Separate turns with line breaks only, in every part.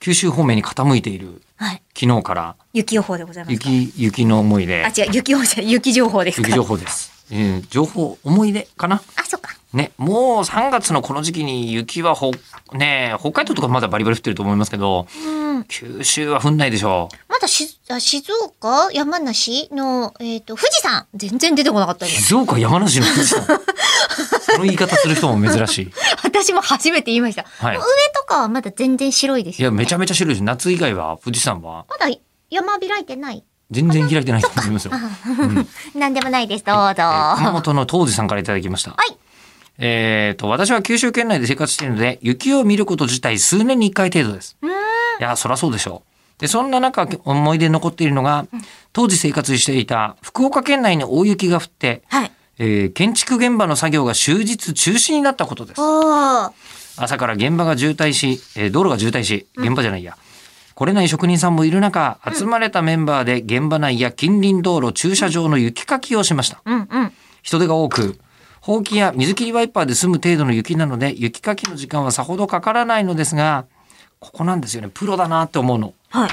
九州方面に傾いている
はい。
昨日から
雪予報でございますか。
雪雪の思い出
あ、違う、雪予報じゃない雪情報ですか。
雪情報です、えー情報思い出かな
あ、そっか。
ねもう3月のこの時期に雪はほね北海道とかまだバリバリ降ってると思いますけど
うん。
九州は降んないでしょ
まだし、あ静岡山梨の、えっ、と、富士山全然出てこなかった
う
で
静岡山梨の富士山その言い方する人も珍しい
私も初めて言いました。
はい
上とかはまだ全然白いです
い
よ、
や
ね。
めちゃめちゃ白いです夏以外は富士山は
まだ山開いてない。
全然開いてないと思いますよ
なんでもないです。どうぞ。
えー熊本の当時さんからいただきました。
はい
えっ、と、私は九州県内で生活しているので、雪を見ること自体数年に1回程度です。いや、そらそうでしょう。で、そんな中、思い出に残っているのが、当時生活していた福岡県内に大雪が降って、
はい。
えー建築現場の作業が終日中止になったことです。
おー。
朝から現場が渋滞し、えー道路が渋滞し、現場じゃないや。来れない職人さんもいる中、集まれたメンバーで現場内や近隣道路、駐車場の雪かきをしました。
うんうん。
人手が多くほうきや水切りワイパーで済む程度の雪なので雪かきの時間はさほどかからないのですがここなんですよねプロだなって思うの
はい。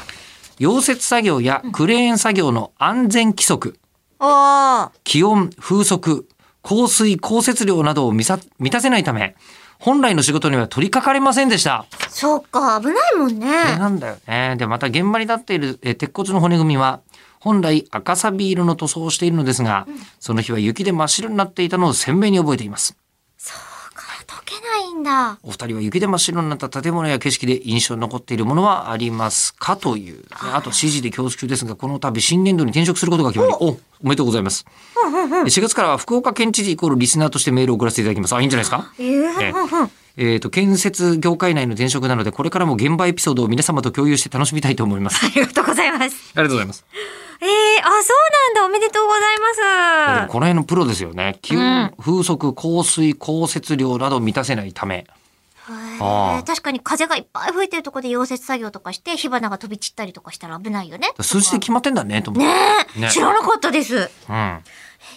溶接作業やクレーン作業の安全規則
おー。
気温風速降水降雪量などを満さ満たせないため本来の仕事には取り掛かれませんでした
そうか、危ないもんね。
これなんだよねでまた現場に立っているえー鉄骨の骨組みは本来赤サビ色の塗装をしているのですがその日は雪で真っ白になっていたのを鮮明に覚えています
そうか、溶けないんだ。
お二人は雪で真っ白になった建物や景色で印象に残っているものはありますかという、ねあと CG で恐縮ですがこの度新年度に転職することが決まりおおめでとうございます4月からは福岡県知事イコールリスナーとしてメールを送らせていただきますあいいんじゃないですか
えー、
ええ
うんうん。
えー、と建設業界内の転職なのでこれからも現場エピソードを皆様と共有して楽しみたいと思います
ありがとうございます。
ありがとうございます
ええあ、そうなんだ。おめでとうござい
でも
ます。
この辺のプロですよね気温風速降水降雪量などを満たせないため
へ
あ
ー
あ
確かに風がいっぱい吹いてるとこで溶接作業とかして火花が飛び散ったりとかしたら危ないよね。
数字で決まってんだねと思って、
ねえ、
ね
知らなかったです。
うん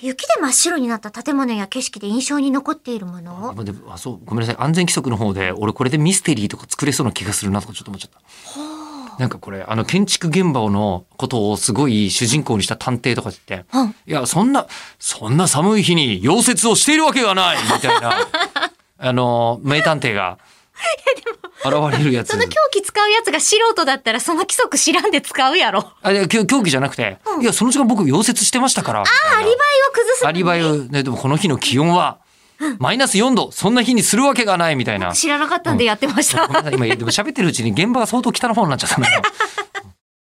雪で真っ白になった建物や景色で印象に残っているもの
まあでもあそうごめんなさい安全規則の方で俺これでミステリーとか作れそうな気がするなとかちょっと思っちゃった。なんかこれあの建築現場のことをすごい主人公にした探偵とかって、
うん
いやそんなそんな寒い日に溶接をしているわけがないみたいな あの名探偵 が現れるやつ
その狂気使うやつが素人だったらその規則知らんで使うやろ。
あいや狂狂気じゃなくて、いやその時間僕溶接してましたから
アリバイを崩すの
ア
に
リバイを、ね、でもこの日の気温はマイナス4度そんな日にするわけがないみたいな。
知らなかったんでやってました。
ごめんなさい今でも喋ってるうちに現場が相当北の方になっちゃったな